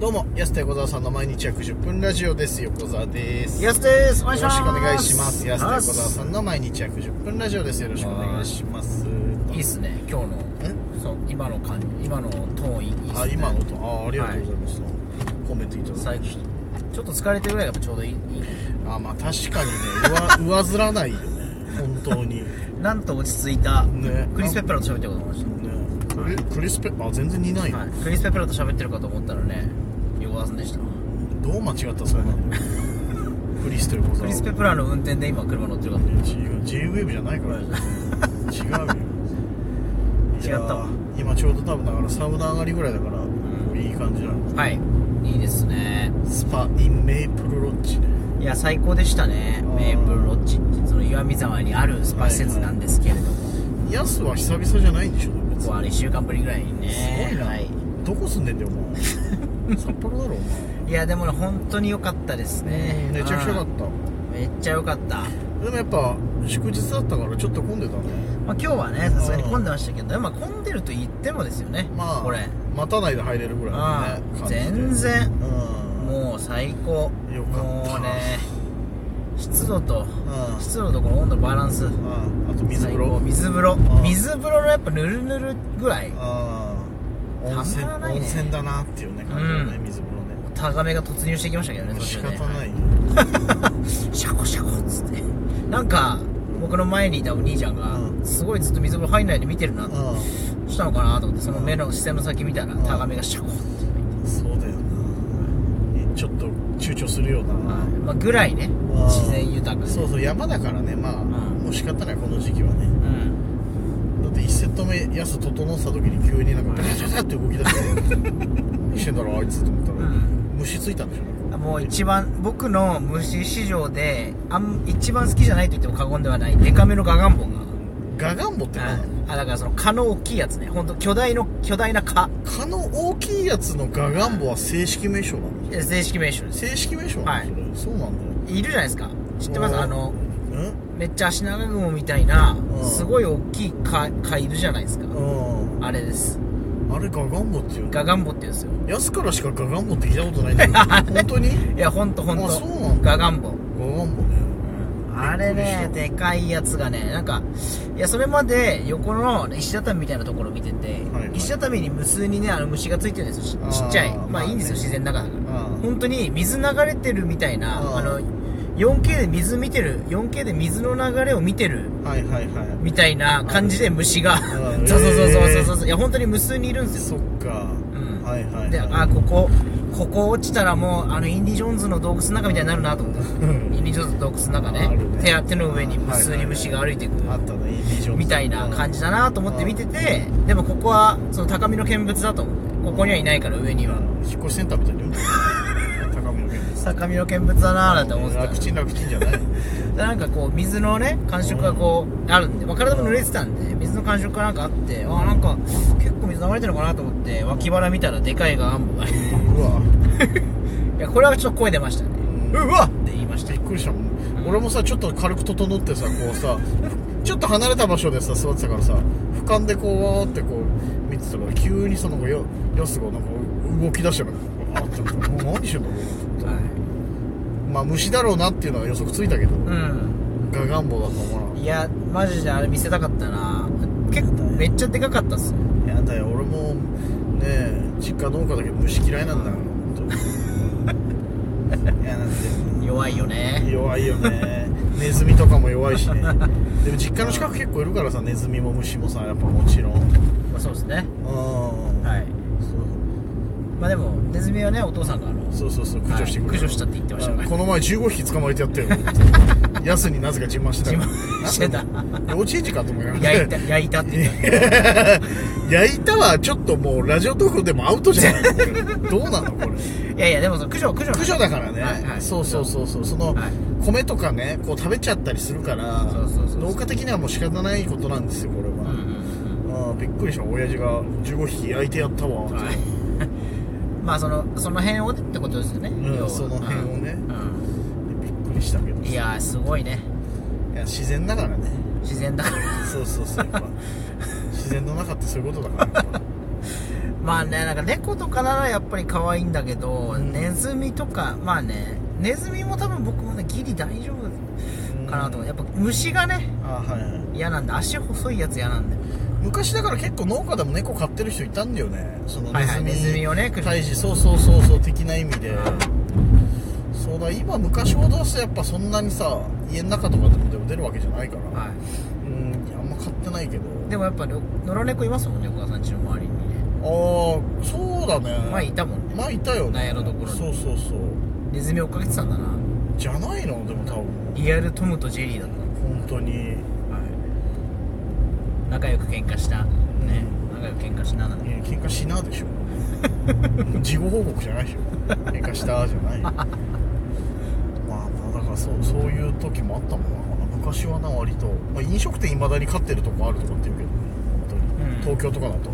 どうも、安田横澤さんの毎日約10分ラジオです。横澤です。やすです。お願いしよろましす。くお願いします。安田横澤さんの毎日約10分ラジオです。よろしくお願いします。いいっすね。今日のそう今の感じ今のトーンいいっすね。あ、今のと、あ、ありがとうございます。褒めていただきま最し近ちょっと疲れてるぐらいがやっぱちょうどいい。いいた。あ、まあ確かに ね、上、上ずらないよね。本当 に。なんと落ち着いた、ねクリスペプラと喋ってるかと思いましね、クリクリスペ、あ、全然似ないよ。た。はい。クリスペプラと喋ってるかと思ったらね、横川さんでした。どう間違ったそれ なのクリスと横ク澤。リスペプラの運転で今車乗ってるかと思いまし違う J-WAVE じゃ ないから違うよ違ったわいやー今ちょうど多分だからサウナ上がりぐらいだから、もういい感じなのた。はい。いいですね。スパインメイプルロッジねいや最高でしたねあーメープルロッジってその岩見沢にあるスパ施設なんですけれども、ヤスは久々じゃないんでしょ別ここは1週間ぶりぐらいにねすごいな、はい、どこ住んでんだよお前 札幌だろお前いやでもね本当に良かったですねめちゃくちゃよかっあーめっちゃ良かった、またでもやっぱ祝日だったからちょっと混んでたねあ、今日はねさすがに混んでましたけどでもまあ混んでると言ってもですよね、まあこれ待たないで入れるぐらいのねうん感じで全然うんもう最高よかったもうね湿度とうん湿度とこの温度のバランスうんあと水風最高呂水風呂ん水風呂のやっぱぬるぬるぐらいああ温泉たまらない温ね泉だなっていうね感じだね、うん水風呂ねタガメが突入してきましたけどねもう途仕中で方ねないよ、シャコシャコっつってなんか僕の前にいたお兄ちゃんが、うんすごいずっと水風呂入んないで見てるなとあしたのかなと思ってその目の視線の先見たらうんタガメがシャコって、あそうだよなちょっと躊躇するような、まあ、ぐらいねああ自然豊かでそうそう山だからねまあ、んもう仕方ないこの時期はねうんだって1セット目やす整った時に急になんかビシャシャって動き出して 何してんだろうあいつと思ったら、うん虫ついたんでしょもう一番僕の虫市場であん一番好きじゃないと言っても過言ではないデカめのガガンボンが、ガガンボって何なのあだからその蚊の大きいやつね本当巨大の巨大な蚊蚊の大きいやつのガガンボは正式名称なの正式名称です正式名称なの、それそうなんだよいるじゃないですか知ってますうんあのうんめっちゃ足長雲みたいなうんすごい大きい蚊蚊いるじゃないですかうんあれですあれガガンボっていうのガガンボって言うんですよやすからしかガガンボって聞いたことないんだけど 本当にいやほんとほんあとそうなんだガガンボガガンボねあれねでかいやつがねなんかいやそれまで横の石畳みたいなところ見てて、はいはい石畳に無数にねあの虫がついてるんですよあーちちっちゃいままああねいいんですよ自然の中だからあ本当に水流れてるみたいなあーあの 4K で水見てる 4K で水の流れを見てるあはいはいはみたいな感じで虫がーそうそうそうそうそうそういや本当に無数にいるんですいよそっか、んはいはいで、あ、ここ、ここ落ちたらもう、あの、インディ・ジョーンズの洞窟の中みたいになるなと思って。インディ・ジョーンズの洞窟の中あねるね、手や手の上に無数はいはいに虫が歩いていく。あったねインディ・ジョーンズみたいな感じだなと思って見てて、でもここは、その高みの見物だと思って。ここにはいないから上にうんは。引っ越しセンターみたい なのよ高めの件です高みの見物だなぁなんて思ってた。楽ちん楽ちんじゃないでなんかこう、水のね、感触がこう、あるんで、まあ、体も濡れてたんで、水の感触がなんかあって、あーなんか、結構水流れてるのかなと思って、脇腹見たらでかいがあん ぼが。いうわや、これはちょっと声出ましたね。うんうわっって言いましたびっ。くりしたもん俺もさちょっと軽く整ってさこうさちょっと離れた場所でさ座ってたからさ俯瞰でこうわーってこう見てたから急にそのよよすごなんか動き出したからあって思ったもう何してんだろはうまあ虫だろうなっていうのは予測ついたけどい、うんガガンボだと思わないやマジであれ見せたかったな結構めっちゃでかかったっすよいやだよ俺もねえ実家農家だけど虫嫌いなんだから本当にいやなんて弱いよね弱いよね ネズミとかも弱いし ねでも実家の近く結構いるからさネズミも虫もさやっぱもちろんうんまあそうですねはいまあでもネズミはねお父さんがあのそうそうそう駆除してくれはい駆除したって言ってましたうかんらこの前15匹捕まえてや ったよヤスになぜか自慢してたから自慢してたなんだ幼稚園児かと思いながら 焼いた焼いたって言って焼いたはちょっともうラジオトークでもアウトじ ゃないどうなのこれたいやいやでもその駆除駆除駆除だからね、はいはいそうそうそうそうその、はい米とかねこう食べちゃったりするからそうそうそう農家的にはもう仕方ないことなんですよこれは、うんうんああびっくりした親父が15匹焼いてやったわ、うんはい まあそのその辺をってことですよね、ん要はその辺をねうびんっくりしたけどうんいやーすごいねいや自然だからね自然だから そうそうそうやっぱ自然の中ってそういうことだからやっぱまあねなんか猫とかならやっぱり可愛いんだけど、うんネズミとかまあねネズミも多分僕もねギリ大丈夫かなと思うやっぱ虫がねあはいはい嫌なんで足細いやつ嫌なんで昔だから結構農家でも猫飼ってる人いたんだよねそのはネいはズいミ,、ネズミをね退治そうそうそうそう的な意味でそうだ今昔ほどさやっぱそんなにさ家の中とかでも出るわけじゃないから、はうんいやあんま飼ってないけどいでもやっぱり野良猫いますもんね小川さんちの周りにねああそうだね前いたもんね前いたよね納屋のところにそうそうそうネズミ追っかけてたんだなじゃないのでも多分リアルトムとジェリーだった本当にはい仲良く喧嘩したね仲良く喧嘩したなんいや喧嘩しなでしょ 事後報告じゃないでしょ喧嘩したじゃ ないまあまあだからそうそういう時もあったもんな昔はな割と、まあ、飲食店いまだに勝ってるとこあるとかって言うけど本当に、うん東京とかだと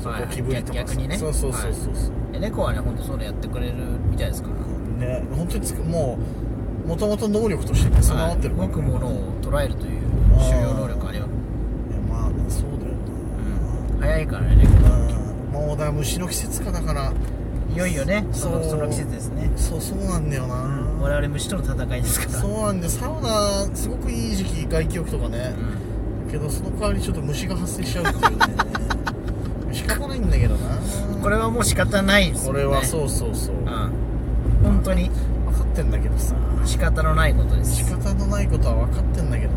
そはいこ気分とかさ逆にねそうそうそうそうそう、で猫はね本当それやってくれるみたいですからね本当につくもうもともと能力として備わってるはからい動くものを捉えるという収容能力あいりますやまあねそうだようん早いからね猫な、うん、もうだから虫の季節かだからいよいよねそのそうその季節ですねそうそうなんだよな、我々虫との戦いですからそうなんでサウナすごくいい時期外気浴とかねう、んけどその代わりちょっと虫が発生しちゃうっていうね 仕方ないんだけどなこれはもう仕方ないですよねこれはそうそうそううん分本当にかってんだけどさ仕方のないことで仕す方のないことは分かってんだけどね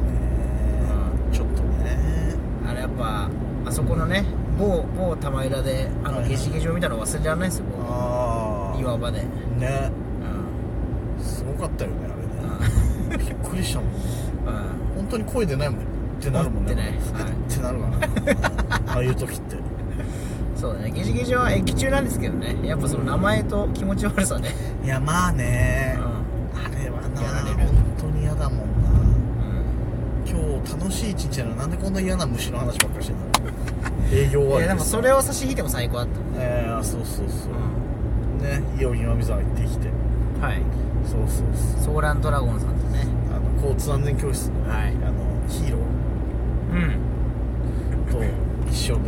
ちょっとねあれやっぱあそこのね某某玉浦であはのいはいゲシゲシを見たの忘れられないですよ僕ああ岩場でねうんすごかったよねうあんれねびっくりしたもんうん本当に声出ないもんねってなるもんね出ないはい ってなるわ なああいう時ってそうだねゲシゲシは駅中なんですけどねやっぱその名前と気持ち悪さねいやまあねうあれはなやられる本当に嫌だもんなんうん今日楽しい一日なのになんでこんな嫌な虫の話ばっかりして んの営業終いわりやでもすそれを差し引いても最高だったえー、そうそうそうねイオン岩見沢行ってきてはいそうそうそうソーランドラゴンさんとねあの交通安全教室の,、はいあのヒーロうんーと一緒で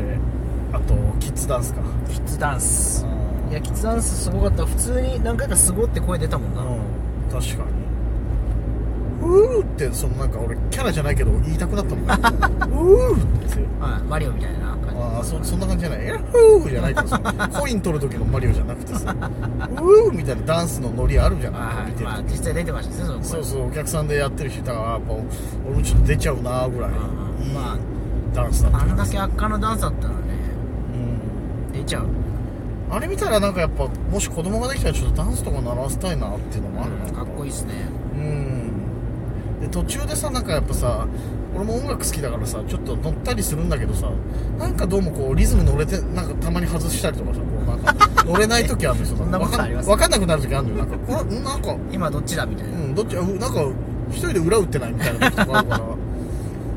あとキッズダンスかキッズダンスいいややキッズダンスすごかった普通に何回か「すご」って声出たもんなうん確かにうーってそのなんか俺キャラじゃないけど言いたくなったも んうーってはいマリオみたいな感ああそそんな感じじゃないヤッホーじゃないから さコイン取る時のマリオじゃなくてさうーみたいなダンスのノリあるじゃじないはい見てるまあと実際出てましたねその声そうそうお客さんでやってる人いたからやっぱ俺もちょっと出ちゃうなぐらいうんいいまあダンスだったあんだけ圧巻のダンスだったらねうん出ちゃうあれ見たらなんかやっぱもし子供ができたらちょっとダンスとか習わせたいなっていうのもあるなかっこいいっすねうんで途中でさなんかやっぱさ俺も音楽好きだからさちょっと乗ったりするんだけどさなんかどうもこうリズム乗れてなんかたまに外したりとかさこうなんか乗れない時あるんですよ そんなことありますわかんわかんなくなる時あるんだよなんかこれなんか今どっちだみたいうなんどっちあうなんか一人で裏打ってないみたいな時とかあるから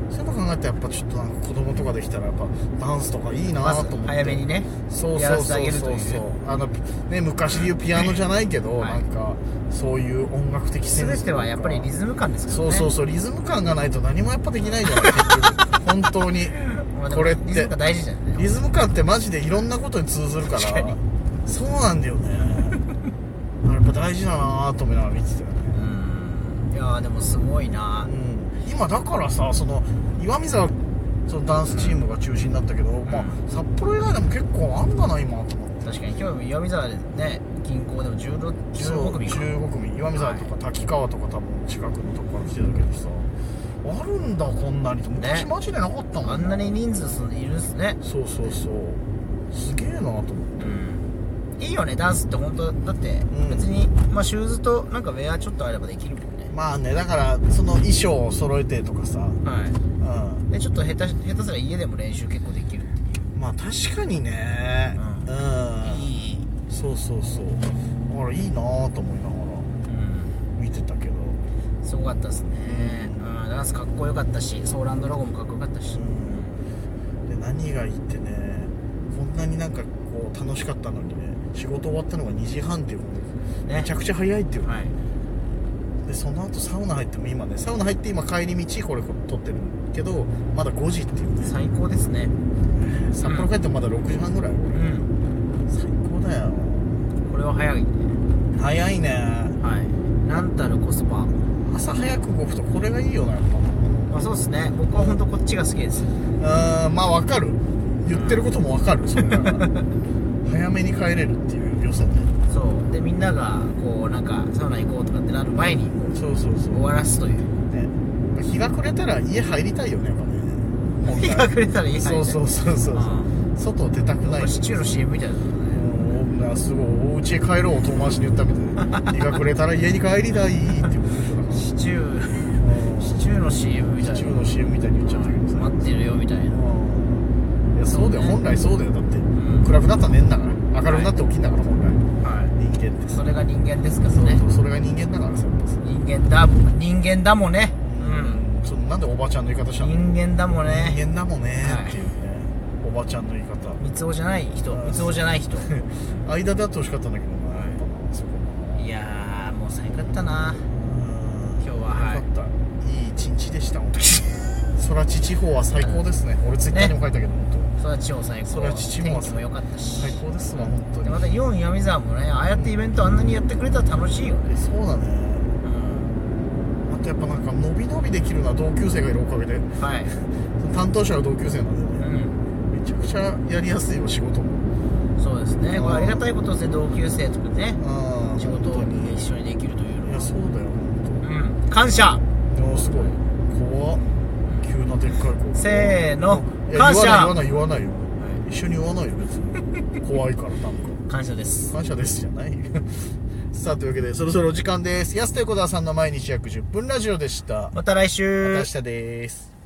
そういうの考えてやっぱちょっとなんか子供とかできたらやっぱダンスとかいいなまずと思って早めにねそうやそらうせてあそげうるとそいううそうあのね昔で言うピアノじゃないけど、はいなんかそういう音楽的セン全スてはやっぱりリムズム感ですからそねうそうそうリズム感がないと何もやっぱできないじゃない結局本当にまあでもこれっリズてムが大事じゃんリねズム感ってマジでいろんなことに通ずるから確かにそうなんだよねあれやっぱ大事だなと思いながら見てたよねうんいやーでもすごいなうん今だからさその岩見沢そのダンスチームが中心だったけど、まあ札幌以外でも結構あんだな今と思って確かに今日も岩見沢でね銀行でも16 15組か中国民岩見沢とか滝川とか多分近くのとこから来てたけどさあるんだこんなにと昔マジでなかったもんあんなに人数すんいるんすねそうそうそうすげえなと思ってうんいいよねダンスって本当だってん別に、まあシューズとなんかウェアちょっとあればできるもんねまあねだからその衣装を揃えてとかさ、うん、はいまでちょっと下手し下手すら家でも練習結構できるっていうあ確かにねううん、いい、そうそうそうだからいいなと思いながうら見てたけど、ん、すごかったですね、うん、ダンスかっこよかったしソーランドラゴンもかっこよかったし、うん、で何がいいってねこんなになんかこう楽しかったのにね仕事終わったのが2時半っていうことでねめちゃくちゃ早いっていうねはいでその後サウナ入っても今ねサウナ入って今帰り道これ撮ってるけどまだ5時っていうね最高ですね札幌帰ってもまだ6時半ぐらいうん最高だよこれは早いね早いねはいなんたるコスパ朝早く動くとこれがいいよなやっまあそうですね僕は本当こっちが好きですぱうーんまあわかる言ってることもわかるそれが 早めに帰れるっていう良さねそうでみんながこうなんかサウナ行こうとかってなる前にそうそうそう終わらすというね日が暮れたら家入りたいよねやっぱね本日来が暮れたらいいそうそうそうそうあ外出たくないなんかシチューの CM みたいなねうんなんかすごいお家へ帰ろうを遠回しに言ったみたい な日が暮れたら家に帰りたいっていうことでしシチューょだからうんシチューの CM みたいなシチューの CM みたいに言っちゃったけどさ待ってるよみたいないやそうだよ本来そうだよだってん暗くなったら寝んだから明るくなって起きんだから本は来人間っていさそれが人間ですからねそうそれが人間だからさやっぱさ人間だもん人間だもんねそのなんでおばちゃんの言い方したの人間だもんね人間だもんねはいっていうねおばちゃんの言い方 三つ男じゃない人あー三つ男じゃない人間であってほしかったんだけどなやっぱなそこいやーもう最高だったなうん今日ははいよかったいい一日でした本 当に空知地方は最高ですね俺ツイッターにも書いたけど本当空地方最高空知地方天気も良かったし最高ですわ本当でにまたイオン闇沢もねああやってイベントあんなにやってくれたら楽しいよね、えそうだねあとやっぱなんか伸び伸びできるのは同級生がいるおかげではい、担当者は同級生なんでねうめちゃくちゃやりやすいよ仕事もん、そうですねこれありがたいことですね同級生とかねあ仕事をに一緒にできるといういのやはそうだようん感謝本当いやすごい怖っ急なでっかい子せーのいや感謝言わない言わない言わないよ一緒に言わないよ別に怖いからなんか感謝です感謝ですじゃないよ さあというわけでそろそろお時間です安手小沢さんの毎日約10分ラジオでしたままた来た週明日です